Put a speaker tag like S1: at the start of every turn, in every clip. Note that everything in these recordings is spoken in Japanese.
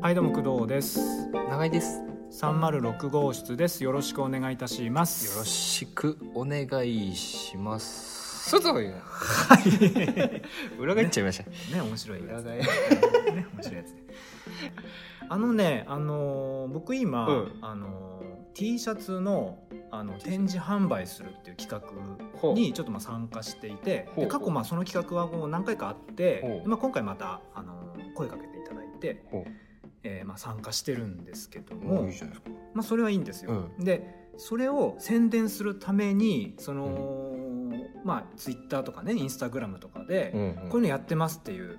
S1: はいどうも工藤です
S2: 長井ですよ
S1: 306号室ですよろしくお願いいたします
S2: ろしくお願いしますそうそういう
S1: 裏返
S2: 言っ
S1: っち
S2: ち
S1: ゃ
S2: ゃいました
S1: うね面白いやつ
S2: 返
S1: ね面白いやつねあのねあのー僕今、
S2: うん
S1: あのー T シャツのあの展示販売するっていう企
S2: ほ
S1: 画
S2: う
S1: にちょっとまあ参加していて
S2: ほう
S1: で過去まあその企画はもう何回かあって
S2: ほう
S1: でまあ今回またあのー声かけていただいて
S2: ほう、
S1: えーまあ参加してるんですけど
S2: も
S1: も、
S2: ういいじゃないですか
S1: まあ、それはいいんですよ。でそれを宣伝するためにその、まあツイッターとかねインスタグラムとかで、
S2: ん、
S1: こういうのやってますっていう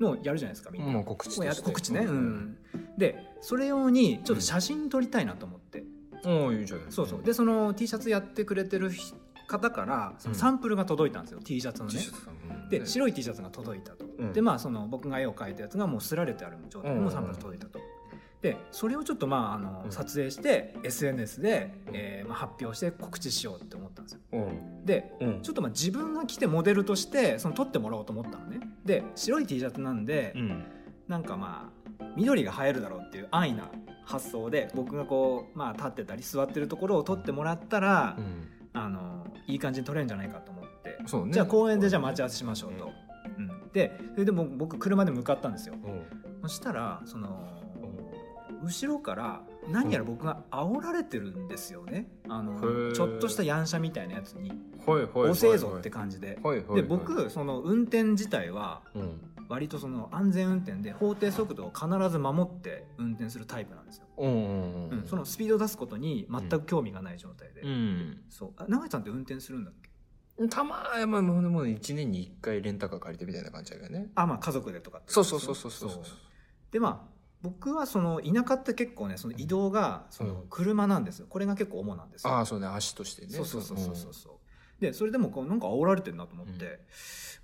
S1: のをやるじゃないですかみんな。
S2: もう告
S1: こ
S2: 知
S1: う
S2: と
S1: や
S2: して
S1: 告知ね、うんでそれ用にちょっと写真撮りたいなと思って、
S2: もういいじゃない
S1: そうそうでその T シャツやってくれてる人方からそのサンプルが届いたんですよ、T シャツのね。で白い T シャツが届いたと、
S2: うん
S1: でまあその僕が絵を描いたやつがもうすられてある状態
S2: うん
S1: もうサンプル届いたと。でそれをちょっとまああの、
S2: うん
S1: 撮影して SNS で、
S2: うん
S1: えーまあ、発表して告知しようって思ったんですよ
S2: うん
S1: で
S2: うん
S1: ちょっとまあ自分が来てモデルとしてその撮ってもらおうと思ったのねで白い T シャツなんで、
S2: うん
S1: なんかまあ緑が映えるだろうっていう安易な発想で僕がこう、まあ、立ってたり座ってるところを撮ってもらったら、
S2: うん
S1: あのいい感じに撮れるんじゃないかと思って
S2: そうね
S1: じゃあ公園でじゃあ待ち合わせしましょうと。うん、でそれでもう僕車で向かったんですよ
S2: うん
S1: そしたらその後ろから何やら僕が煽られてるんですよねあ
S2: へ
S1: の
S2: ー
S1: ちょっとしたやんしゃみたいなやつに
S2: はいは
S1: 「
S2: い
S1: 遅えぞ」って感じで。
S2: はいはいは
S1: で
S2: い
S1: 僕その運転自体は
S2: うん
S1: 割とその安全運転で法定速度を必ず守って運転するタイプなんですよ、
S2: うんうん
S1: う
S2: うん
S1: ん、そのスピードを出すことに全く興味がない状態で、
S2: うん
S1: そうあ長井さんって運転するんだっけ
S2: たまーまあもうもう一年に一回レンタカー借りてみたいな感じだけどね
S1: あまあ家族でとかって
S2: そうそうそうそうそうそう
S1: でまあ僕はその田舎って結構ねその移動がその車なんですよこれが結構主なんですよ
S2: ああそうね足としてね
S1: そうそうそうそうそうそうでそれでもこうなんか煽られてるなと思って、
S2: うん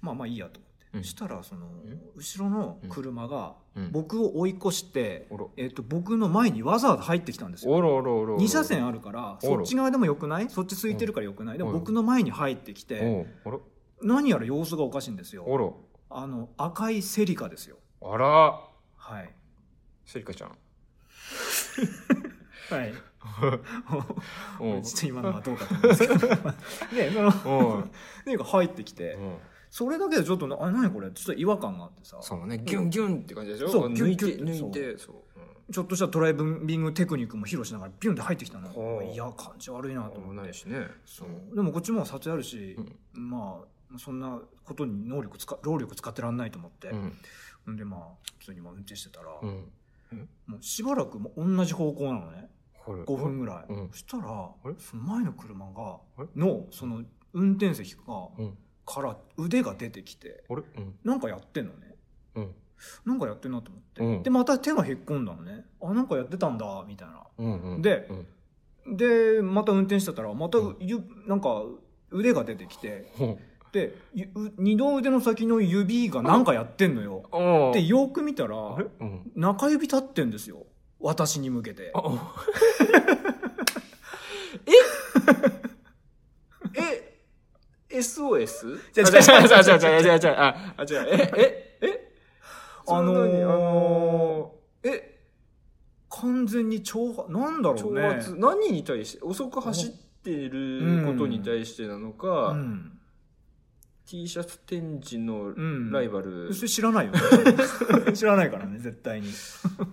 S1: まあまあいいやと思って、
S2: うん
S1: したらその
S2: ん
S1: 後ろの車が
S2: うん
S1: 僕を追い越して、
S2: あら
S1: えっと僕の前にわざわざ入ってきたんですよ
S2: おろおろおろ
S1: 2車線あるから
S2: お
S1: そ
S2: ら
S1: っち側でもよくないそっち空いてるからよくないでも
S2: おら
S1: 僕の前に入ってきて
S2: おうあら
S1: 何やら様子がおかしいんですよ
S2: おろ
S1: あの赤いセリカですよ
S2: あら
S1: はい
S2: セリカちゃん
S1: はい
S2: おう
S1: ちょっと今のはどうかと思うんですけ どでその
S2: おう
S1: 何か入ってきて
S2: うん
S1: それだけでちょっとなあ何これちょっと違和感があってさ
S2: そうねギュンギュンって感じでしょ
S1: そうギュ
S2: 抜
S1: ン
S2: い
S1: ギ
S2: て
S1: ュンって
S2: 抜いてそう
S1: ちょっとしたドライビングテクニックも披露しながらビュンって入ってきたの
S2: ほう
S1: いや感じ悪いなと
S2: うん
S1: 思っ
S2: ない
S1: て
S2: しね
S1: そうでもこっちも撮影あるし
S2: うん、
S1: まあそんなことに能力使労力使ってらんないと思って、
S2: うん
S1: んでまあ普通にまあ運転してたら、
S2: うん
S1: もうしばらくもう同じ方向なのね
S2: ほら
S1: 5分ぐらい、
S2: うん
S1: そしたら
S2: れ
S1: その前の車が
S2: あれ
S1: のその運転席が
S2: うん
S1: から腕が出てきて
S2: あれうん
S1: なんかやってんのね
S2: うん
S1: なんかやってんなと思って、
S2: うん
S1: でまた手がへっこんだのねあなんかやってたんだみたいな
S2: うんうん
S1: で
S2: うん
S1: でまた運転してたらまた、
S2: うん
S1: ゆなんか腕が出てきて
S2: ほう
S1: でゆう二の腕の先の指がなんかやってんのよ
S2: おう
S1: でよく見たら
S2: あれうん
S1: 中指立ってんですよ私に向けて
S2: あおうえ え SOS?
S1: 違う違う
S2: 違う違う違う違う違う違う違うああ違うえええ
S1: あのー
S2: そんなにあのーえ
S1: 完全に挑発なんだろ
S2: 挑
S1: うね
S2: 発、何に対して遅く走ってることに対してなのか、
S1: うん、
S2: T シャツ展示の
S1: うん、
S2: ライバル
S1: それ知らないよ 知らないからね絶対に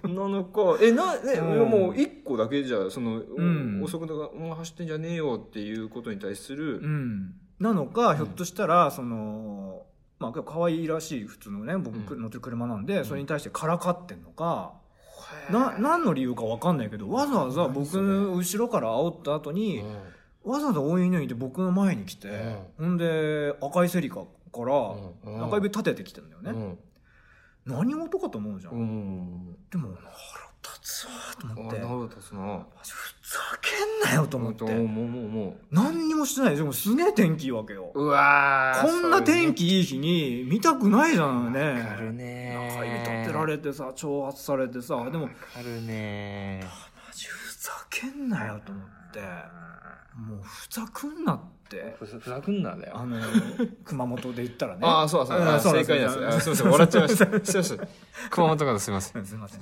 S2: なのか、えなね
S1: うん
S2: もう一個だけじゃその、
S1: ん
S2: 遅くなお前走ってんじゃねえよっていうことに対する、
S1: うんなのか
S2: ん
S1: ひょっとしたらそのまあ可愛いらしい普通のね僕
S2: うん
S1: 乗ってる車なんで
S2: ん
S1: それに対してからかってんのか
S2: へえ
S1: な何の理由か分かんないけどわざわざ
S2: 何
S1: 僕
S2: それ
S1: の後ろから煽った後
S2: う
S1: に、
S2: ん
S1: わざわざ追い抜いて僕の前に来て、ほんで赤いセリカから
S2: うん
S1: 赤指立ててきてんだよね、
S2: うん
S1: 何事かと思うじゃん、
S2: うん
S1: でも腹立つわと
S2: あ
S1: 思って
S2: なるほど立つな
S1: マジふざけんなよと思って、
S2: もうもうもうも
S1: 何にもしてないでもすげえ天気いいわけよ
S2: ううわー
S1: こんな天気いい日に見たくないじゃん
S2: そういうのわか
S1: ね
S2: るね
S1: 中指立てられてさ挑発されてさでもマ
S2: わかるね
S1: ジふざけんなよと思ってもうふざくんなって
S2: ふざふざくんなだよ
S1: あの熊本で言ったらね
S2: ああ、そうだそうだ。
S1: ん
S2: あ正解なんです。あすみません、笑っちゃいました。すみません。熊本からすみません。
S1: すいません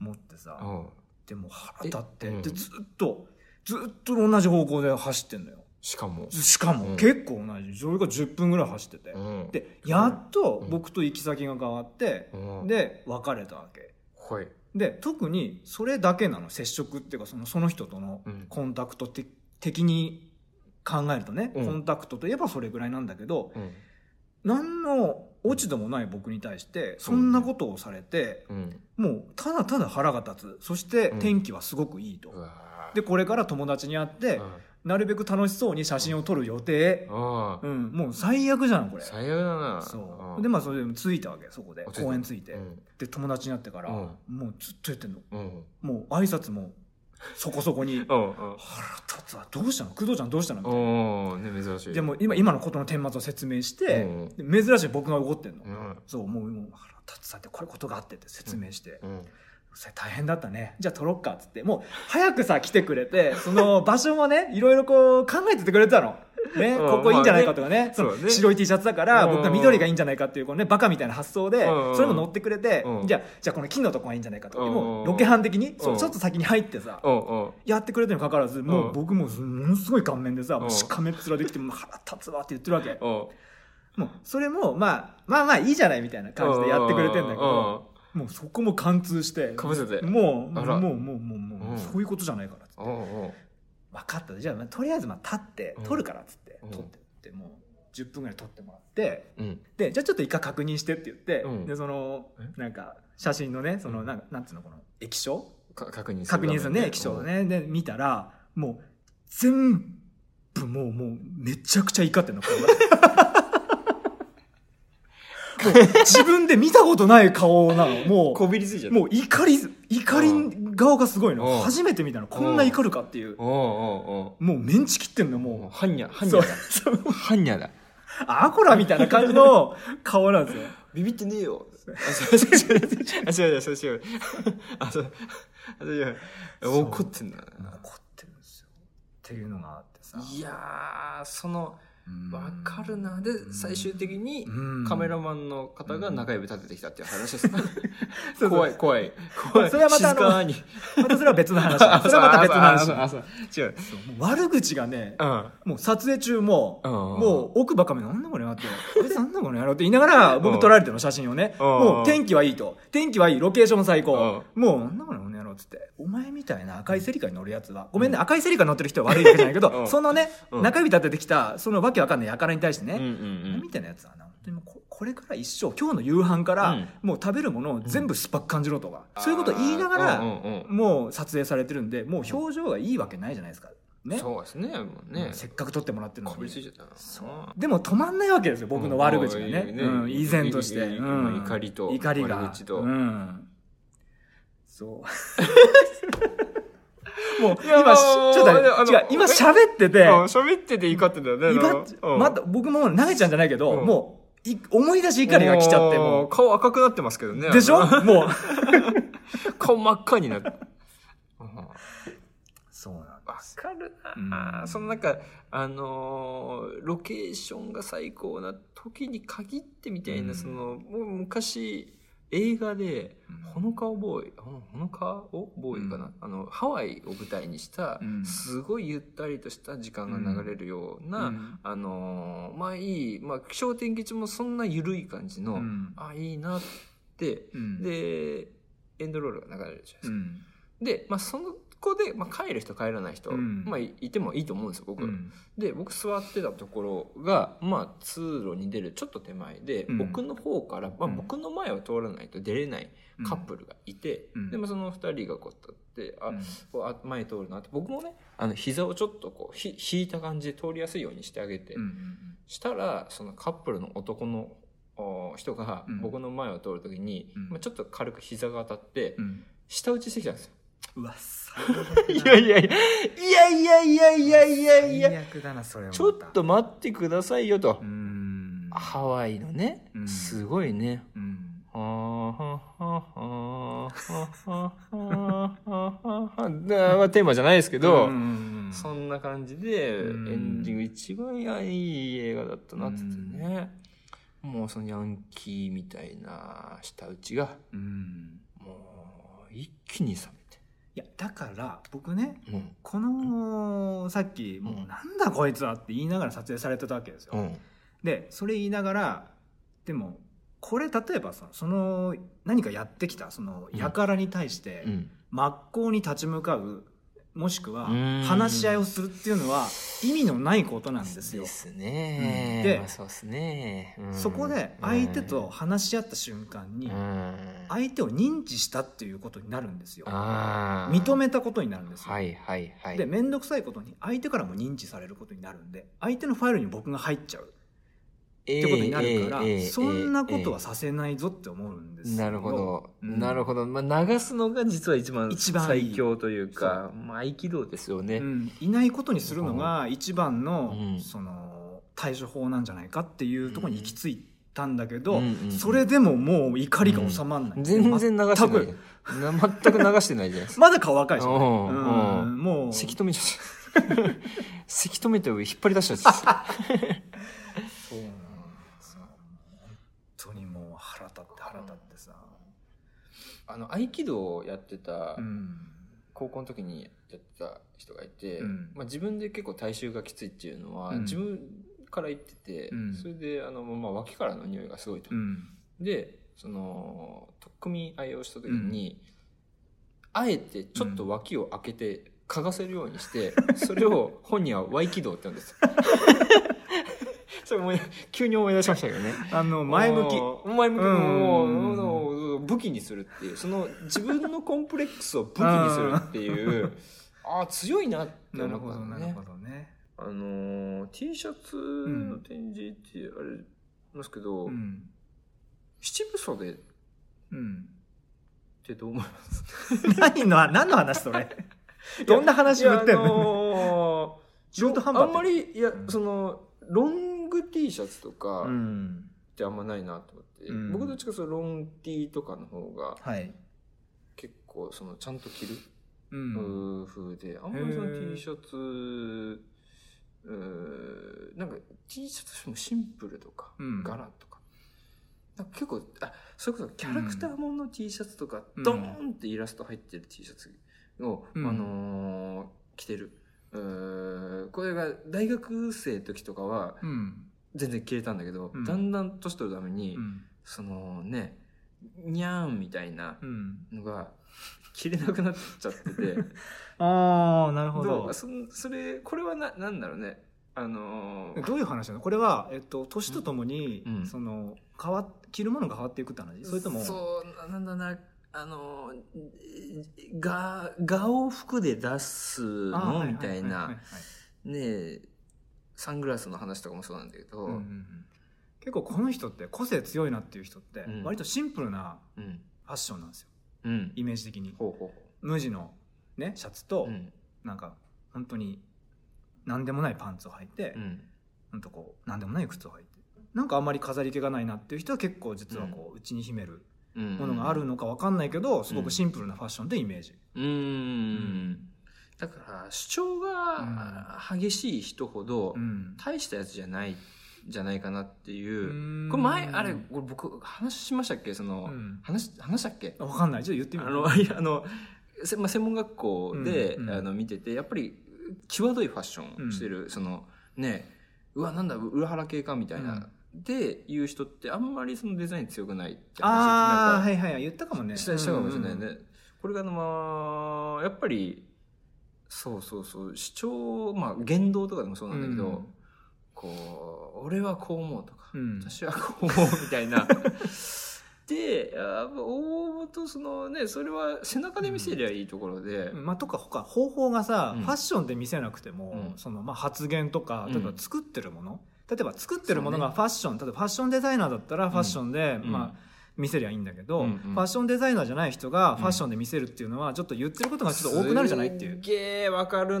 S1: 思ってさ、
S2: うん
S1: でも腹立って、
S2: えうん
S1: でずっとずっと同じ方向で走ってんのよ
S2: しかも
S1: しかも、
S2: うん
S1: 結構同じそれが10分ぐらい走ってて、
S2: うん
S1: でやっと僕と行き先が変わって
S2: う、ん
S1: で別れたわけ
S2: はい
S1: で特にそれだけなの接触っていうかそのその人との
S2: うん
S1: コンタクト的的に考えるとね、
S2: うん
S1: コンタクトといえばそれぐらいなんだけど
S2: うん
S1: 何の落ち度もない僕に対してそんなことをされて、
S2: うん
S1: もうただただ腹が立つそして
S2: うん
S1: 天気はすごくいいと、
S2: うわー
S1: でこれから友達に会って、
S2: うん
S1: なるべく楽しそうに写真を撮る予定、
S2: ああ
S1: うんもう最悪じゃんこれ
S2: 最悪だな
S1: そう
S2: うん
S1: でまあそれでも着いたわけそこで
S2: あ着いた
S1: 公園着いて、
S2: うん
S1: で友達になってから、
S2: うん
S1: もうずっとやってんの
S2: うん
S1: もう挨拶もそこそこ に
S2: うんうん
S1: 腹立つわどうしたの工藤ちゃんどうしたのみたいな
S2: おーね珍しい
S1: でも今今のことの顛末を説明して、で珍しい僕が怒ってんの、
S2: うん
S1: そうもうもう腹立つさってこういうことがあってって説明して、
S2: うん
S1: それ大変だったねじゃあ撮ろっかっつってもう早くさ来てくれてその場所も ねいろいろこう考えててくれてたの。ね、
S2: うん
S1: ここいいんじゃないかとかね,、そ
S2: そう
S1: の
S2: だね
S1: 白い T シャツだから
S2: うん
S1: 僕は緑がいいんじゃないかっていうこの、ね、バカみたいな発想で
S2: うん
S1: それも乗ってくれて、
S2: うん
S1: じゃあじゃあこの金のとこがいいんじゃないかとか、
S2: うん
S1: もうロケ班的に、そう
S2: うん
S1: ちょっと先に入ってさ、
S2: うんうん
S1: やってくれてにもかかわらずもううん僕もものすごい顔面でさ、もう
S2: うん
S1: しかめっ面できてもう腹立つわって言ってるわけ、
S2: うん
S1: もうそれも、まあ、まあまあいいじゃないみたいな感じでやってくれてんだけど、もうそこも貫通して
S2: かぶせて
S1: もうも
S2: あ
S1: う
S2: ら
S1: もうもうもうも
S2: う
S1: うんそういうことじゃないからっつって
S2: うんうんうん
S1: 分かったじゃあまあとりあえずまあ立って
S2: うん
S1: 撮るからっつって
S2: うん
S1: 撮ってってもう10分ぐらい撮ってもらって
S2: うん
S1: でじゃあちょっと一回確認してって言って、
S2: うん
S1: でそのなんか写真のねそのなんかなんつうのこの液晶
S2: か確認する
S1: 確認するね液晶をねで見たらもう全部もうもうめちゃくちゃ怒ってんの顔が。 もう自分で見たことない顔なのもう
S2: こびりついちゃった
S1: もう怒り、怒り顔がすごいの。
S2: うん
S1: 初めて見たの。こんな怒るかっていう。
S2: おうおう
S1: もうメンチ切ってんの、
S2: おうもう
S1: も
S2: ハンニャハ
S1: う。
S2: ンニ
S1: そう
S2: ャ。
S1: そう
S2: だハンニャだ
S1: アコラみたいな感じ の顔なんですよ。
S2: ビビってねえよあそうそうそうあ違う違うそう違うあそうあそう違う
S1: そう
S2: 怒ってんだな
S1: 怒ってるんですよ。っていうのがあってさ。
S2: いやーその
S1: うん
S2: わかるなで最終的に
S1: うん
S2: カメラマンの方が中指立ててきたっていう話ですね
S1: そう
S2: 怖い怖い怖い
S1: それはまたあ
S2: 静
S1: の
S2: かに
S1: ま たそれは別の 話だ。それはまた別の話。
S2: あそうあそう違う
S1: そうもう悪口がね、
S2: うん
S1: もう撮影中も、
S2: うん
S1: もう奥ばっかめ、なんだこれなって、あれなんだこれやろうって言いながら、
S2: う
S1: 僕
S2: ん
S1: 撮られてるの写真をね、
S2: うん
S1: もう天気はいいと、天気はいい、ロケーション最高、もうなんだこれこの野郎っつって、お前みたいな赤いセリカに乗るやつは、ごめんね、赤いセリカに乗ってる人は悪いわけじゃないけ
S2: う
S1: ど、
S2: ん
S1: そのね、
S2: うん
S1: 中指立ててきた、そのわけわかんない輩に対して
S2: うんう
S1: ね、お前
S2: ん
S1: みたいなやつはな、本当にもうここれから一生、今日の夕飯から、
S2: うん
S1: もう食べるものを全部酸っぱく感じろとか、
S2: うん
S1: そういうことを言いながら、
S2: うんうんうん
S1: もう撮影されてるんで、もう表情がいいわけないじゃないですか。ね。
S2: そうですねもうね
S1: せっかく撮ってもらってるの
S2: こびりつい
S1: に
S2: ちゃったな
S1: そうでも止まんないわけですよ僕の悪口がね,、
S2: う
S1: うんん
S2: もうね
S1: 依然として、
S2: いいいい
S1: うん
S2: 怒りと
S1: 怒りが
S2: 悪口と
S1: うん、そう もう
S2: いや
S1: 今し
S2: もう
S1: ちょっと待
S2: あ
S1: っ
S2: の
S1: て違う今喋ってて
S2: うん喋ってて怒ってたよね
S1: 威
S2: なん
S1: 張
S2: か
S1: っ
S2: うん
S1: また僕も投げちゃんじゃないけど、
S2: うん
S1: もうい思い出し怒りが来ちゃってもう
S2: 顔赤くなってますけどね
S1: でしょ
S2: あの
S1: もう
S2: 顔真っ赤にな ってうん
S1: そうなん
S2: わかる
S1: う
S2: なんそのなんか、あのーロケーションが最高な時に限ってみたいな、
S1: うん
S2: その、もう昔、映画で
S1: うん、
S2: ほのかおボーイ、ほのほのかおボーイかな、
S1: うん
S2: あの、ハワイを舞台にした
S1: う、ん
S2: すごいゆったりとした時間が流れるような、
S1: うん
S2: あのーまあいい、まあ、気象天気中もそんな緩い感じの、
S1: うん
S2: あ、いいなって、
S1: うん
S2: で、エンドロールが流れるじゃないですか。
S1: うん
S2: で、まあ、そこで、まあ、帰る人帰らない人、
S1: うん
S2: まあ、いいてもいいと思うんですよ僕、
S1: うん
S2: で僕座ってたところが、まあ、通路に出るちょっと手前で、
S1: うん
S2: 僕の方から、まあ、
S1: うん
S2: 僕の前を通らないと出れないカップルがいて、
S1: うん
S2: でまあ、その2人がこう立ってあ、
S1: うん
S2: こうあ前通るなって僕もねあの膝をちょっとこうひ引いた感じで通りやすいようにしてあげて、
S1: うん
S2: したらそのカップルの男のお人が
S1: うん
S2: 僕の前を通る時に、
S1: うん
S2: まあ、ちょっと軽く膝が当たって、
S1: うん
S2: 舌打ちしてきたんですよ
S1: うわさ
S2: い やいやいやいやいやいやいやいやいや
S1: 最悪だなそれも
S2: ちょっと待ってくださいよと
S1: うーん
S2: ハワイのね
S1: うん
S2: すごいね
S1: うん
S2: はあはあはあはあはあはあはあだまあテーマじゃないですけど、
S1: うんうんうん
S2: そんな感じで、
S1: うん
S2: エンディング一番いい映画だったなってってね、もうそのヤンキーみたいな舌打ちが
S1: うん
S2: も一気に冷
S1: いやだから僕ね
S2: めてうん
S1: このさっき「もうなんだこいつは」って言いながら撮影されてたわけですよ、
S2: うん
S1: でそれ言いながらでもこれ例えばさその何かやってきたその
S2: うん
S1: 輩に対して
S2: うん
S1: 真っ向に立ち向かうもしくは
S2: うん
S1: 話し合いをするっていうのは意味のないことなんですよ
S2: で。す
S1: う
S2: ね、
S1: んで
S2: まあそうですね、うん
S1: そこで相手と話し合った瞬間
S2: う
S1: に
S2: んうん
S1: 相手を認知したっていうことになるんですよ。
S2: あー
S1: 認めたことになるんですよ。
S2: はいはいはい
S1: で面倒くさいことに相手からも認知されることになるんで相手のファイルに僕が入っちゃう
S2: え
S1: っ
S2: え
S1: てことになるから、
S2: ええええ
S1: そんなことは
S2: え
S1: させないぞって思うんで
S2: え
S1: すよ
S2: なるほど、
S1: うん
S2: なるほど、まあ、流すのが実は一番
S1: 一番いい
S2: 最強というかまあ合気道ですよね、
S1: うん、いないことにするのが一番の,、
S2: うん
S1: その対処法なんじゃないかっていうところに行き着いたんだけど、
S2: うんうんうん
S1: それでももう怒りが収まらない、
S2: 全然流してない
S1: 全く
S2: な全く流してないじゃない ですか
S1: まだ顔若いし、ね
S2: うん
S1: うん
S2: うん
S1: もう
S2: せき止めちゃった せき止めて引っ張り出しちゃった
S1: そうなんですよ本当にもう腹立って腹立ってさ、
S2: あの合気道をやってた
S1: うん
S2: 高校の時にやってた人がいて、
S1: うん
S2: まあ、自分で結構体臭がきついっていうのは、
S1: うん
S2: 自分から言ってて、
S1: うん
S2: それであの、まあ、脇からの匂いがすごいと、
S1: うん
S2: でその取っ組み合いをした時に、あえてちょっと脇を開けて嗅がせるように して、それを本人は「ワイ気道」って言うんですよそれも急に思い出しましたけどね
S1: あの前向き
S2: おー前向き
S1: うん
S2: もうもう武器にするっていうその自分のコンプレックスを武器にするっ ていうああ強いなって
S1: なる
S2: 思っ
S1: ほ
S2: た
S1: ど
S2: ん
S1: な
S2: だ
S1: る
S2: ね
S1: ほどね、
S2: あのー T シャツの展示ってあれますけど、
S1: うん
S2: 七分袖っ
S1: うん、
S2: てど う思いま
S1: 何の何の話 それ
S2: す
S1: どんな話
S2: いや
S1: 振ってんの
S2: あのー
S1: 中途半端っ
S2: あ
S1: て
S2: んまりいや
S1: うん
S2: そのロング T シャツとか
S1: う
S2: っ
S1: ん
S2: てあんまないなと思って、
S1: うん
S2: 僕どっちかというとロン T とかの方が
S1: はい、
S2: 結構そのちゃんと着る
S1: うん、
S2: 夫婦で、あんまりそ
S1: へ
S2: の
S1: ー
S2: T シャツ、うーなんか T シャツもシンプルとか、
S1: うん
S2: 柄とか。なんか結構、あ、それこそキャラクターものの T シャツとか、
S1: うん
S2: ドーンってイラスト入ってる T シャツを、
S1: うん
S2: あのー着てる。うーこれが大学生の時とかは
S1: うん
S2: 全然着れたんだけど、
S1: うん
S2: だんだん年取るために、
S1: うん
S2: そのね、にゃーんみたいな
S1: うん、
S2: のが着れなくなっちゃっ てて、
S1: ああなるほ
S2: ど
S1: ど
S2: うそそれこれはななんだろうねあのー
S1: どういう話なのこれは、えっと、年とともに、
S2: うん
S1: その変わっ着るものが変わっていくって話それとも
S2: そうなんだなあのーが画を服で出す
S1: あーは
S2: の
S1: は
S2: みた
S1: はは
S2: いな
S1: は
S2: ねえサングラスの話とかもそうなんだけど、
S1: うんうんうん結構この人って個性強いなっていう人って、
S2: うん
S1: 割とシンプルな
S2: うん
S1: ファッションなんですよ
S2: うん
S1: イメージ的に
S2: ほうほうほ
S1: 無地の、ね、シャツと、
S2: ううん
S1: なんか本当に何でもないパンツを履いて、
S2: うん
S1: なんとこう何でもない靴を履いてなんかあんまり飾り気がないなっていう人は結構実はこう内に秘める
S2: うん
S1: ものがあるのか分かんないけどすごくシンプルなファッションでイメージ、
S2: うん
S1: ん
S2: だから主張が激しい人ほど
S1: うん
S2: 大したやつじゃないじゃないかなっていう、
S1: こ
S2: これ前あれこれ僕話しましたっけその、
S1: うん
S2: 話話したっけ
S1: 分かんないちょっと言って
S2: あ
S1: みよう
S2: のい やあの、せまあ、専門学校で、
S1: うんうん
S2: あの見ててやっぱり際どいファッションしてる、そのねうわなんだ裏腹系かみたいな、でいう人ってあんまりそのデザイン強くないって
S1: ああ
S2: 話
S1: はいはいはい言ったかもね
S2: したしたかもしれないね、
S1: うん
S2: これがあのまあやっぱりそうそうそう主張まあ言動とかでもそうなんだけど、
S1: うん
S2: こう俺はこう思うとか、
S1: うん
S2: 私はこう思うみたい な。で、あ大元そのね、それは背中で見せりゃいいところで、
S1: うんまあ、とか他方法がさ、
S2: うん
S1: ファッションで見せなくても、
S2: うん
S1: そのまあ、発言とか例えば
S2: うん
S1: 作ってるもの、例えば作ってるもの
S2: そう
S1: がファッション、例えばファッションデザイナーだったらファッションで、
S2: うん
S1: まあ、見せりゃいいんだけど、
S2: うんうん
S1: ファッションデザイナーじゃない人がファッションで見せるっていうのはちょっと言ってることがちょっと多くなるじゃないっていう、
S2: すげえわかる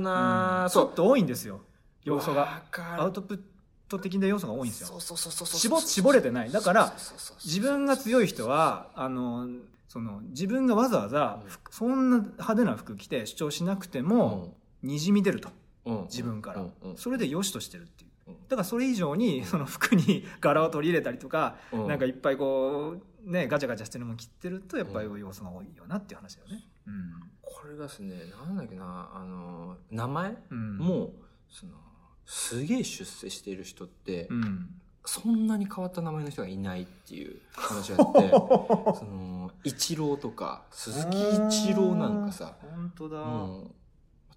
S1: う
S2: な、ぁ
S1: んち
S2: そ
S1: ょ
S2: う
S1: っと多いんですよ要素が
S2: わかる
S1: アウトプット的な要素が多いんです
S2: そ
S1: よ
S2: うそうそうそうそう
S1: 絞絞れてないだから
S2: そうそうそうそう
S1: 自分が強い人はあのその自分がわざわざ服、そんな派手な服着て主張しなくても、にじみ出ると
S2: うん
S1: 自分から、
S2: うんうん
S1: それで良しとしてるっていう
S2: うん
S1: だからそれ以上にその服に 柄を取り入れたりとか、
S2: うん
S1: なんかいっぱいこうねガチャガチャしてるもん切ってるとやっぱり要素が多いよなっていう話だよね。
S2: これがですねなんだっけなあの名前
S1: うん、
S2: もうそのすげえ出世している人って、
S1: うん、うん、
S2: そんなに変わった名前の人がいないっていう話があって そのイチローとか鈴木一郎なんかさ
S1: 本当だ。
S2: もう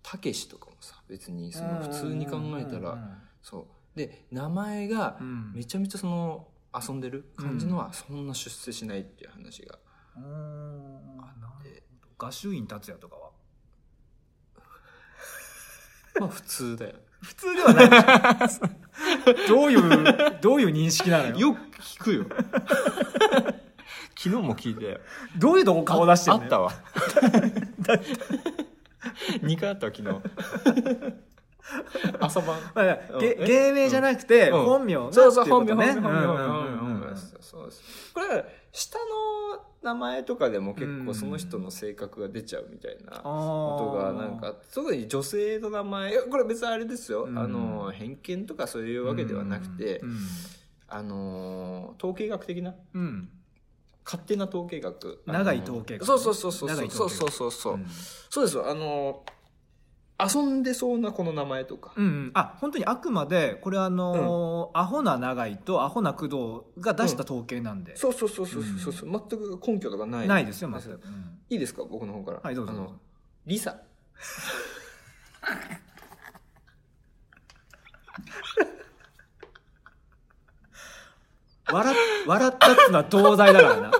S2: たけしとかもさ別にその普通に考えたらそうで名前が
S1: うん、うん
S2: めちゃめちゃその遊んでる感じのはそんな出世しないっていう話 が
S1: うん
S2: あ
S1: な
S2: っ
S1: る
S2: て、
S1: ほど。合衆院達也とかは
S2: まあ普通だよ
S1: 普通ではないでしょ どういうどういう認識なのよ
S2: よく聞 くよ昨日も聞いたよ
S1: どういうとこ顔出してる
S2: あ
S1: の
S2: っ
S1: よ
S2: たわ2回あったわ昨日 朝晩
S1: まあ
S2: うん
S1: げ
S2: え
S1: 芸名じゃなくて
S2: うん
S1: 本名なってい
S2: そううそう、
S1: こ
S2: 本名、
S1: と
S2: 本
S1: ね
S2: 名、本名、
S1: うんうんうん
S2: 本
S1: う
S2: 名
S1: ん。
S2: そうです。これ、下の名前とかでも結構その人の性格が出ちゃうみたいなことが、なんか、特に女性の名前、いやこれ別にあれですよ。
S1: うん
S2: あの、偏見とかそういうわけではなくて
S1: う、ん
S2: あの、統計学的な、
S1: うん
S2: 勝手な統計学。あの
S1: 長い統計学
S2: そうそうそうそう
S1: 長
S2: そ
S1: いう統計
S2: そう
S1: 学。
S2: そうそうそううんそうですよ。あの、遊んでそうなこの名前とか。
S1: うんうんあ本当にあくまでこれあのーアホな長井とアホな工藤が出した統計なんで、
S2: そうそうそうそうそうそう。全く根拠とかない。
S1: ないですよまず、
S2: いいですか僕の方から。
S1: はいどうぞ
S2: あ
S1: どうぞ
S2: の、リサ。
S1: 笑っ笑ったっつうのは東西だから な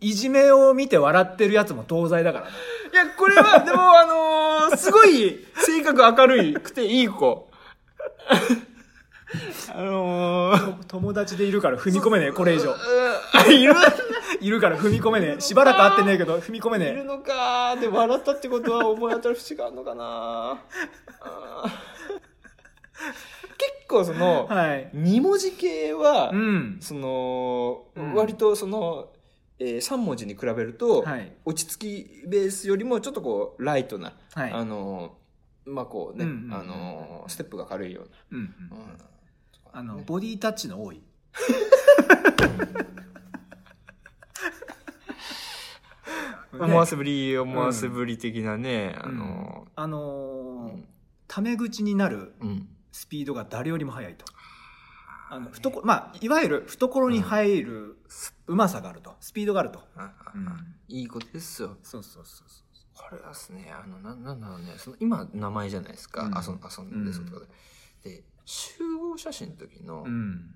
S1: いじめを見て笑ってるやつも東西だからない
S2: や、これは、でも、あのーすごい、性格明るいくていい子。あのー、
S1: 友達でいるから踏み込めねえこれ以上
S2: うんいる、
S1: いるから踏み込めねえしばらく会ってねえけど踏み込めね
S2: い
S1: え
S2: るのかー。で、笑ったってことは思い当たる節があるのかなーあー結構その、
S1: はい
S2: 二文字系は、
S1: うん
S2: その、
S1: うん
S2: 割とその、えー、3文字に比べると、
S1: はい
S2: 落ち着きベースよりもちょっとこうライトな、
S1: はい
S2: あのーまあこうね、
S1: うんうんうん
S2: あのーステップが軽いよう
S1: うんうん
S2: な、うん
S1: あの、
S2: ね
S1: ボディタッチの 多い。
S2: 思わ
S1: ね
S2: せぶり思わせぶり的なね、
S1: ん
S2: あの
S1: あ
S2: ー
S1: のータメ口になる
S2: うん
S1: スピードが誰よりも速いと。あの、懐、まあ、いわゆる懐に入るうまさがあると。スピードがあると。
S2: あああいいことですよ
S1: そうそうそうそ
S2: これはですねあのななんだろうねその今名前じゃないですか、
S1: うん
S2: 遊ん遊んでそうってことで、で集合写真の時の、
S1: う。うん。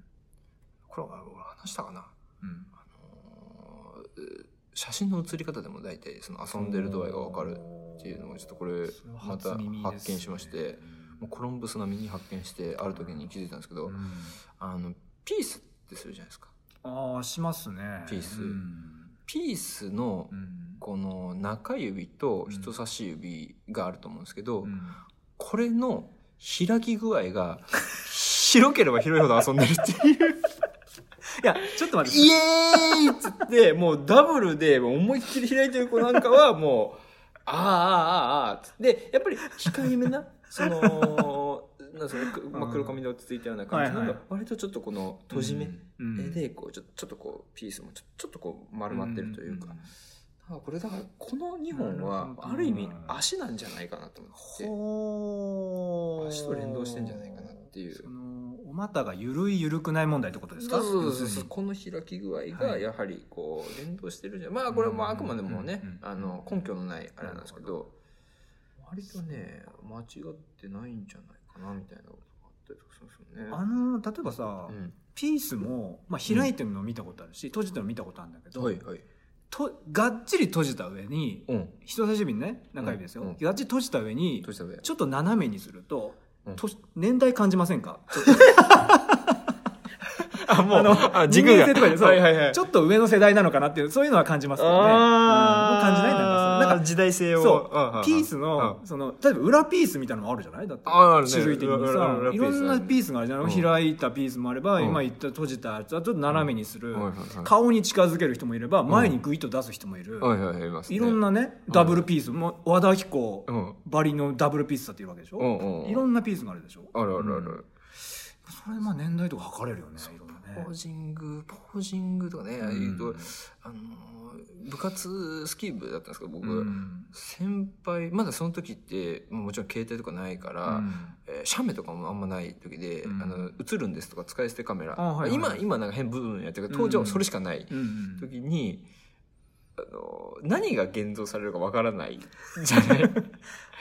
S2: これは俺話したかな
S1: うん。
S2: あのー写真の写り方でも大体その遊んでる度合いが分かるっていうのもちょっとこれ
S1: そは
S2: また
S1: 初耳です
S2: 発見しましてもうコロンブス並みに発見してある時に気づいたんですけど、
S1: うん
S2: あのピースってするじゃないですか
S1: ああ、しますね。
S2: ピース
S1: うん
S2: ピースの
S1: うん
S2: この中指と人差し指があると思うんですけど、
S1: うん
S2: これの開き具合が広ければ広いほど遊んでるっていう
S1: いや、ちょっと待って。
S2: イエーイっつって、もうダブルで思いっきり開いてる子なんかはもう、ああああああっつってで、やっぱり控えめな、その、なんその、くまあ、黒髪で落ち着いたような感じの、
S1: はいはい
S2: 割とちょっとこの閉じ目
S1: うん
S2: で、こうちょちょっとこう、ピースもちょちょっとこう丸まってるというか、だからこれだからこの2本
S1: なる
S2: は
S1: ほど
S2: ある意味足なんじゃないかなと思って、
S1: ほー
S2: 足と連動してんじゃないかなっていう
S1: そのお股がゆるいゆるくない問題ってことですか
S2: そうそうそうそう
S1: 要
S2: この開き具合
S1: は
S2: が
S1: い
S2: やはりこう連動してるんじゃまあこれはまああくまでもね
S1: うんうんうん
S2: あの根拠のないあれなんですけ
S1: なる
S2: ど割とね間違ってないんじゃないかなみたいなことがあったりとかするんですよ
S1: するに
S2: ね。
S1: あの例えばさ、
S2: うん
S1: ピースも、まあ、開いてるの見たことあるし、閉じてるの見たことあるんだけど、
S2: はいはい。
S1: とがっちり閉じた上に
S2: うん。
S1: 人差し指ね中指ですよ、
S2: うんうん
S1: がっちり閉じた上に
S2: どうしたべ。
S1: ちょっと斜めにすると,
S2: うん
S1: と、年代感じませんか
S2: あも
S1: あの人間性とかでそう
S2: はいは
S1: ちょっと上の世代なのかなっていうそういうのは感じますよね、うん、もう感じないなんかそうなんか
S2: 時代性
S1: そ
S2: うんうん
S1: ピースの、その、例えば裏ピースみたいなのもあるじゃないだって。
S2: ああるね
S1: 種類的に
S2: 裏
S1: さ
S2: 裏、裏
S1: い
S2: ピー
S1: ろ
S2: ス
S1: んなピースがあるじゃない、
S2: うん
S1: 開いたピースもあれば、
S2: うん
S1: 今言った閉じたやつはちょっと斜めにする。
S2: うんはいはいはい
S1: 顔に近づける人もいれば、前にグイッと出す人もいる。
S2: はいはいはいいますね
S1: いろんなね、ダブルピース、もう和田アキ子
S2: うん
S1: バリのダブルピースだっていうわけでしょ、
S2: うんうんうん
S1: いろんなピースがあるでしょ
S2: あるあるあ
S1: うん
S2: る
S1: それまあ年代とか測れるよねいろんな
S2: ポー
S1: ね
S2: ジングポージングとかね、ああいうとあの部活スキー部だったんですけど僕、
S1: うんうん
S2: 先輩まだその時ってもうもちろん携帯とかないから、
S1: うん
S2: えー写メとかもあんまない時で「
S1: うん
S2: あの映るんです」とか使い捨てカメラ、
S1: あはいはい
S2: 今今なんか変部分やってるけど当時はそれしかない
S1: うんうん
S2: 時に、あの何が現像されるかわからないじゃない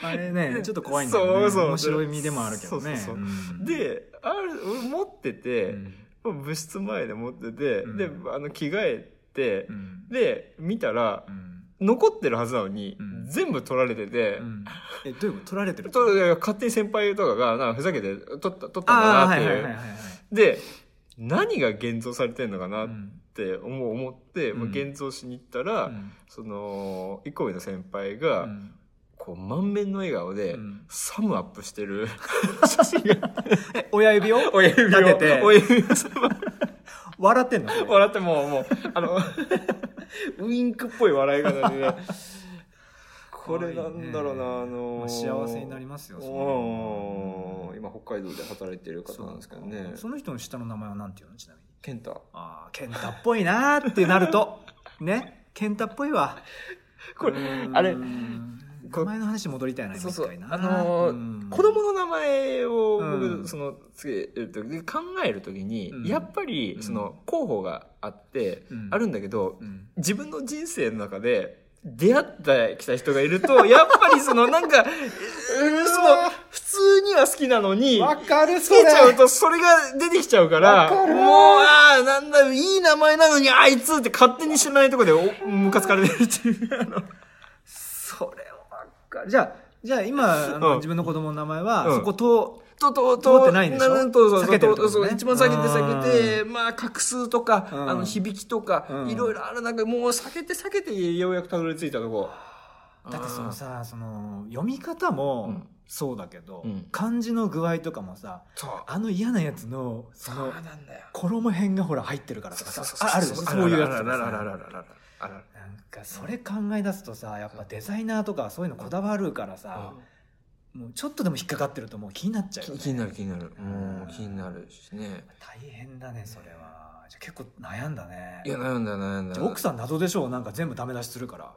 S1: あれねちょっと怖いんだよね
S2: そうそう
S1: 面白い身でもあるけどね
S2: そうそうそう
S1: うん
S2: である俺持ってて、
S1: うん
S2: まあ部室前で持ってて、
S1: うん
S2: であの着替えて
S1: う、ん
S2: で見たら
S1: うん
S2: 残ってるはずなのに、
S1: うん
S2: 全部取られてて。
S1: うんえどういうこと取られてる
S2: と勝手に先輩とかがなんかふざけて撮った撮ったん
S1: あ
S2: だ
S1: あ
S2: なっ
S1: は
S2: て
S1: い
S2: い、
S1: うはいはいはい
S2: で何が現像されてんのかな
S1: う
S2: っ
S1: ん
S2: て思う思って、まあ
S1: うん
S2: 現像しに行ったら、
S1: うん
S2: その一個上の先輩が、
S1: うん
S2: こう満面の笑顔で、
S1: うん
S2: サムアップしてる 写真が
S1: え親指を
S2: 親指を
S1: 立てて
S2: 親指をサムアップ
S1: 笑ってんの
S2: 笑ってもうもうあの ウインクっぽい笑い方で、ね、これなんだろうな、あの
S1: まあ幸せになりますよそれ
S2: うん今北海道で働いてる方なんですけどね
S1: その人の下の名前はなんていうのちなみに
S2: 健太
S1: ああ健太っぽいなーってなると ね健太っぽいわ
S2: これ
S1: うーん
S2: あれこ
S1: 名前の話戻りたいな
S2: そう
S1: 一
S2: そう
S1: 回。な
S2: あのー
S1: うん
S2: 子供の名前を僕、
S1: うん
S2: その、つけるときに、考えるときに、
S1: うん
S2: やっぱり、
S1: うん
S2: その、候補があって、
S1: うん
S2: あるんだけど、
S1: うん
S2: 自分の人生の中で、出会ってきた人がいると、やっぱりその、なんか、うーその、普通には好きなのに、
S1: わかる
S2: つ
S1: そ
S2: け
S1: れ
S2: ちゃうと、それが出てきちゃうから、
S1: わかる
S2: もう、ああ、なんだ、いい名前なのに、あいつって勝手に知らないとこで、お、ムカつかれるっていう、あの、
S1: それわかるじゃあじゃあ今あの、
S2: うん
S1: 自分の子供の名前は、
S2: うん
S1: そこと
S2: と、と、
S1: 通
S2: と、
S1: ってないでしょ
S2: んと、そう、
S1: 避けてるってこと
S2: と
S1: ね
S2: そう、一番避けて避けて、まあ、画数とか、
S1: うん
S2: あの、響きとか、
S1: うん
S2: いろいろある中、もう避けて避けて、ようやくたどり着いたとこ。
S1: だってそのさその読み方も
S2: うん
S1: そうだけど、
S2: うん
S1: 漢字の具合とかもさ
S2: そう。
S1: あの嫌なやつのそ
S2: そう
S1: の
S2: なんだよ。
S1: 衣変がほら入ってるからとかさああるでしょ
S2: そ
S1: そうう
S2: い
S1: いううや
S2: やつ。
S1: つ
S2: あ
S1: と
S2: ら
S1: から
S2: らら
S1: さ
S2: ららあら
S1: なんかそれ考え出すとさやっぱデザイナーとかはそういうのこだわるからさ、もうちょっとでも引っかかってるともう気になっちゃうよ
S2: 気
S1: ね、
S2: 気になる気になる。もう気になるしね。
S1: 大変だねそれはじゃあ結構悩んだね
S2: いや、悩んだ悩んだ。
S1: じゃあ奥さん謎でしょうなんか全部ダメ出しするから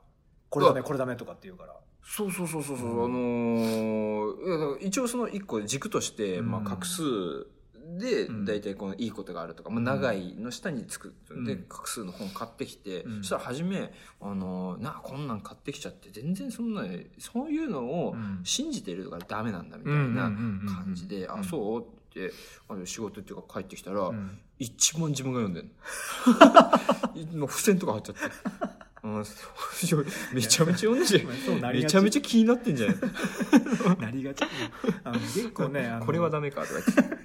S1: これダメ
S2: う
S1: これダメとかって言うから
S2: そうそうそうそうそう、
S1: うん
S2: あのーいやだから一応その一個軸として、
S1: うん
S2: まあ画数で
S1: うん
S2: 大体このいいことがあるとか、まあ、長いの下につく、
S1: うん
S2: で画数の本買ってきて、
S1: うん
S2: そしたら初め、あのーなあこんなん買ってきちゃって全然そんなそういうのを
S1: うん
S2: 信じてるからダメなんだみたいな感
S1: 感
S2: じで、あ
S1: う
S2: そうってあの仕事っていうか帰ってきたら、
S1: ん
S2: 一番自分が読んでんの もう付箋とか貼っちゃって。うんそういやめちゃめちゃ読んでんじゃん
S1: まあそうなり
S2: め
S1: が
S2: ち
S1: ち
S2: ゃめちゃ気になってんじゃん。
S1: なりがちあの結構ねあの
S2: これはダメかとか言って。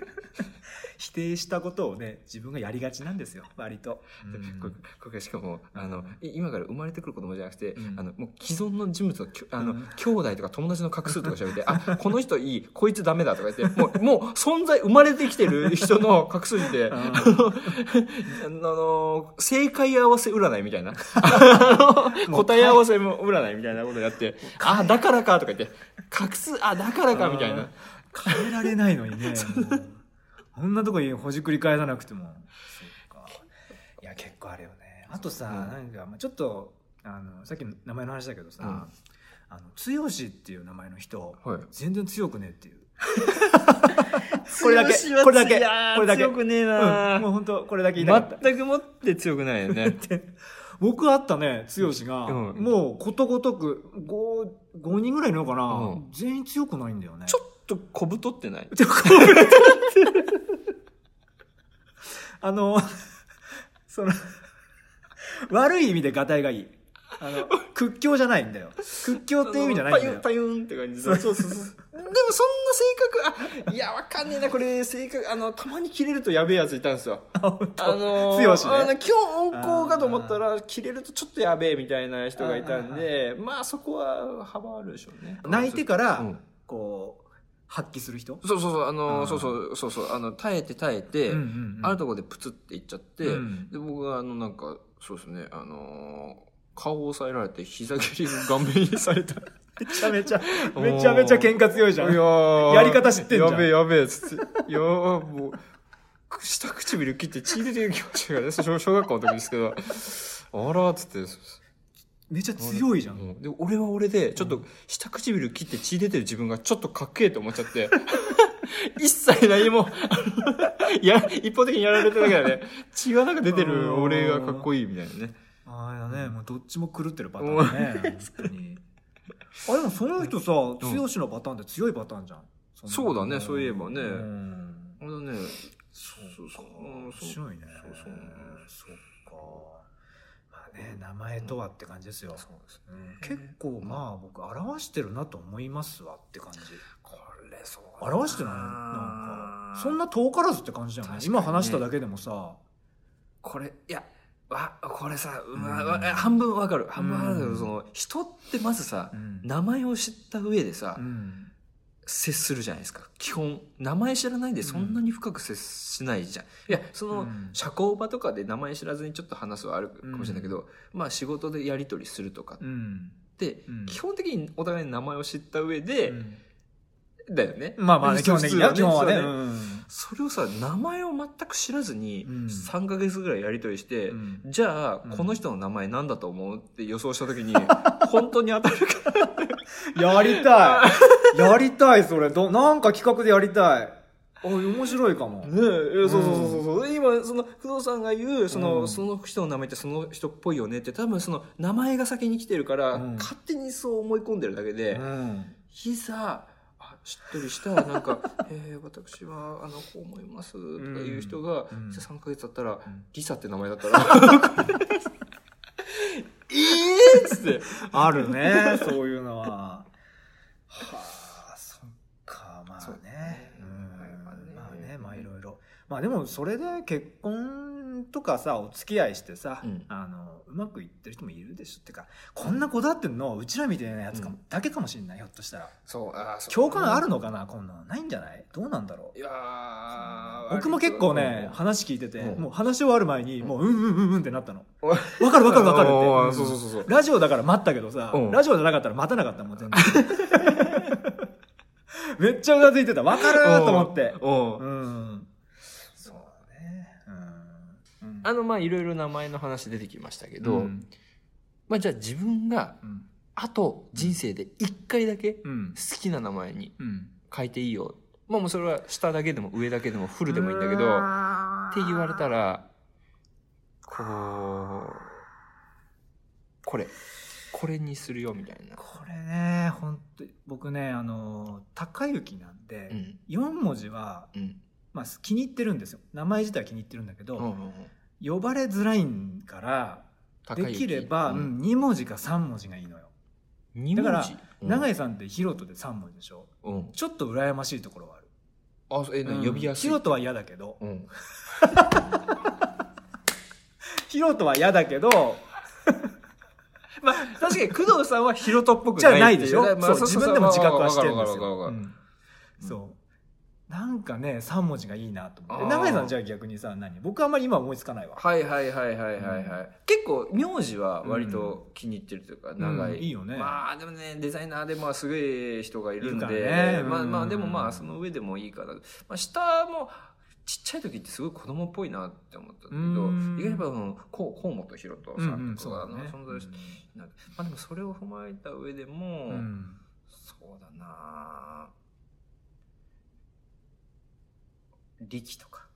S1: 否定したことをね自分がやりがちなんですよ割と、うん
S2: ここれしかも、あの、い今から生まれてくる子供じゃなくて、
S1: うん
S2: あの、もう既存の人物のきょ、あ
S1: う
S2: の、
S1: ん
S2: 兄弟とか友達の画数とか調べて、あ、この人い い、こいつダメだとか言って、もう、もう存在、生まれてきてる人の 画数って、あ
S1: あー
S2: のあの、正解合わせ占いみたい な。
S1: もう
S2: 答え合わせも占いみたいなことやって、あ、だからかとか言って、画数、あ、だからかみたいな。
S1: 変えられないの にねもうこんなとこにほじくり返さなくてもそうかいや結構あるよねあとさ、
S2: うん
S1: なんかまあちょっとあのさっきの名前の話だけどさ、
S2: うん
S1: あの強しっていう名前の人、
S2: はい
S1: 全然強くねえっていうこれだけ
S2: 強しは
S1: これだけ
S2: いやー
S1: これだけ
S2: 強くねえなー
S1: うんもう本当これだけ言いたかった
S2: 全くもって強くないよね。
S1: 僕あったね剛が、
S2: うん
S1: もうことごとく 5, 5人ぐらいいるのかな、
S2: うん
S1: 全員強くないんだよね
S2: ちょっと小太ってない
S1: あの、 その、悪い意味でガタイがいい。あの、屈強じゃないんだよ。屈強っていう意味じゃないんだよ。
S2: パユンパユンって感じそうそうそう。でもそんな性格、あ、いや、わかんねえな、これ、性格、あの、たまに切れるとやべえやついたんですよ。
S1: あ本当
S2: あのー、
S1: 強しね
S2: あの今日温厚かと思ったら、切れるとちょっとやべえみたいな人がいたんで、まあそこは幅あるでしょうね。
S1: 泣いてから、
S2: うん
S1: こう、発揮する人
S2: そうそうそう、あの
S1: あー
S2: ー、そうそう、そうそう、あの、耐えて耐えて、あるところでプツっていっちゃって、
S1: うん
S2: で僕があのなんかそうですねあのー顔を押さえられて膝蹴りを顔面にされたい
S1: めちゃめちゃ、めちゃめちゃ喧嘩強いじゃん。
S2: ー
S1: やり方知ってんじゃん
S2: やべえやべえっつっていやーもう下唇切って血出てる気持ちがね、小小学校の時ですけど、あらーっつって、
S1: めちゃ強いじゃん。
S2: うんで俺は俺でちょっと下唇切って血出てる自分がちょっとかっけえと思っちゃって 一切何も あのや一方的にやられてるだけだね血がなんか出てる俺がかっこいいみたいなね
S1: あれだね、もうどっちも狂ってるパターンだね、本当に。あ、でもその人さ、剛のパターンって強いパターンじゃん。んな
S2: そうだねそういえばね
S1: ん
S2: あれだね
S1: そ
S2: そうそう
S1: 面白いね。
S2: そうそう
S1: そっか。まあね、名前とはって感じですよ。
S2: そうです
S1: うん結構まあ僕表してるなと思いますわって感じ
S2: これそう
S1: 表してないなんかそんな遠からずって感じじゃない、
S2: 確かにね
S1: 今話しただけでもさ
S2: これいやわこれさ、う
S1: う
S2: わ
S1: ん
S2: わ半分わかる半分わかるけど、
S1: うん
S2: その人ってまずさ、
S1: うん
S2: 名前を知った上でさ、
S1: うん
S2: 接するじゃないですか基本名前知らないでそんなに深く接しないじゃん、いやその、
S1: うん
S2: 社交場とかで名前知らずにちょっと話すはあるかもしれないけど、まあ仕事でやり取りするとかっ
S1: うん
S2: て、
S1: うん
S2: 基本的にお互いの名前を知った上で、だよね
S1: まあまあね基
S2: そう
S1: 本的にね
S2: 普
S1: 基
S2: 通
S1: 本
S2: は
S1: はね
S2: そうだそれをさ名前を全く知らずに
S1: うん
S2: 3か月ぐらいやり取りして、
S1: うん
S2: じゃあ、
S1: うん
S2: この人の名前なんだと思うって予想した時に本当に当たる か
S1: やりた いやりたいそれどなんか企画でやりたいおい面白いかも、
S2: ねえ、そうそうそうそう、今その工藤さんが言うその、
S1: うん
S2: その人の名前ってその人っぽいよねって多分その名前が先に来てるから、
S1: うん
S2: 勝手にそう思い込んでるだけで、
S1: うん
S2: いざあしっとりしたなん か「えー、私はあのこう思います」とかいう人が、
S1: うん
S2: じゃあ3ヶ月経ったら、
S1: ん
S2: リサって名前だ ったら「えー!」っつって
S1: あるね、そういうのは。はあ、そっか、まあ
S2: そう
S1: ね
S2: ね。
S1: うんま
S2: ま
S1: あ
S2: あ
S1: ね
S2: ね、
S1: まあいろいろ。まあでも、それで結婚とかさ、お付き合いしてさ、
S2: うん
S1: あの、うまくいってる人もいるでしょ。ってか、こんなこだわってんの、うちらみたいなやつかも、
S2: う
S1: だけかもしれない、ひょっとしたら。
S2: そうあーそう
S1: 共感あるのかな、こんなの。ないんじゃないどうなんだろう
S2: い。やー
S1: 僕も結構
S2: 割
S1: ね
S2: と、
S1: 話聞いてて、
S2: うん
S1: もう話し終わる前に、もう、うんうんうんうんってなったの。
S2: お
S1: わかるわかるわか るって
S2: おー
S1: うん。
S2: そうそうそうそう
S1: ラジオだから待ったけどさ、
S2: うん
S1: ラジオじゃなかったら待たなかったもん、全然。 めっちゃうなずいてた。わかるーと思って。
S2: おー
S1: うん。そうだね。うん。うん
S2: あのまあいろいろ名前の話出てきましたけど、
S1: うん
S2: まあじゃあ自分が
S1: うん。
S2: あと人生で一回だけ好
S1: うん。
S2: きな名前に
S1: うん。
S2: 変えていいよまあもうそれは下だけでも上だけでもフルでもいいんだけどって
S1: て
S2: 言われ
S1: ら。
S2: たらこうこれこれにするよみたいな、
S1: これね、本当に僕ね、あの、高雪なん
S2: う
S1: で、
S2: ん
S1: 四4文字は、
S2: うん
S1: まあ、気に入ってるんですよ。名前自体は気に入ってるんだけ
S2: うんうんう
S1: ど、
S2: ん、
S1: 呼ばれづらいんから、
S2: 高い
S1: できれば、
S2: う
S1: うんん、2文字か3文字がいいのよ。
S2: 二
S1: だから
S2: 文字
S1: 永井さんってヒロトで3文字でしょ
S2: うん、うん
S1: ちょっと羨ましいところはある。
S2: あそうえな
S1: うん
S2: 呼びやすい、
S1: ヒロトは嫌だけど、
S2: うん
S1: ヒロトは嫌だけど、
S2: まあ、確かに工藤さんはヒロトっぽ
S1: じゃないでしょ、
S2: まあ
S1: そう自分でも自覚はしてるん
S2: わ
S1: で
S2: か
S1: す
S2: るわか
S1: よ。う
S2: るわかる
S1: ん
S2: うん
S1: そう。なんかね、3文字がいいなと思って。
S2: あー
S1: 永井さんじゃあ逆にさ、何僕あんまり今思いつかないわ。
S2: はいはいはいはいはいはい、結構名字は割と気に入ってるというか
S1: ん
S2: 長い、
S1: うんいいよね
S2: まあでもねデザイナーでまあすごい人がいるんで
S1: いるからねうん
S2: まあまあでもまあその上でもいいかな、まあ、下もちっちゃい時ってすごい子供っぽいなって思ったんだけど、
S1: うん
S2: いわゆるうんこう河本大翔さんとかがあの存在して、
S1: う
S2: まあでもそれを踏まえた上でも、
S1: んうん
S2: そうだな力とか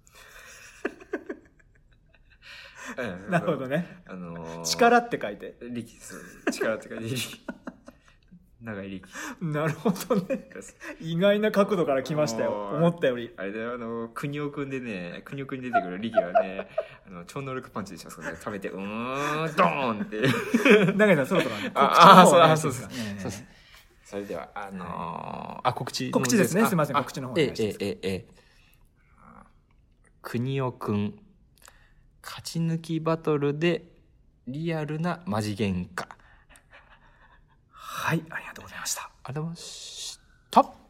S2: うん
S1: なるほどね。
S2: あのー
S1: 力って書いて。
S2: 力そう力ってか力 長い力
S1: なるほどね。意外な角度から来ましたよ。
S2: おー
S1: 思ったより。
S2: あれだよあの国尾くんでね国尾くんに出てくる力はねあの超能力パンチでしますからね食べてうーんドーンって
S1: 永井さんそろそろね
S2: あ
S1: 告知の方をお願
S2: あ
S1: いし
S2: そ
S1: ます
S2: うそう
S1: ねえねえ
S2: そうですそれではあのーあ告知の
S1: 告知ですね
S2: あ
S1: すいません
S2: あ
S1: 告知の方お願
S2: え
S1: いしま
S2: え
S1: す
S2: えええ国尾くん勝ち抜きバトルでリアルなマジ喧嘩
S1: はい、ありがとうございました。
S2: ありがとうございました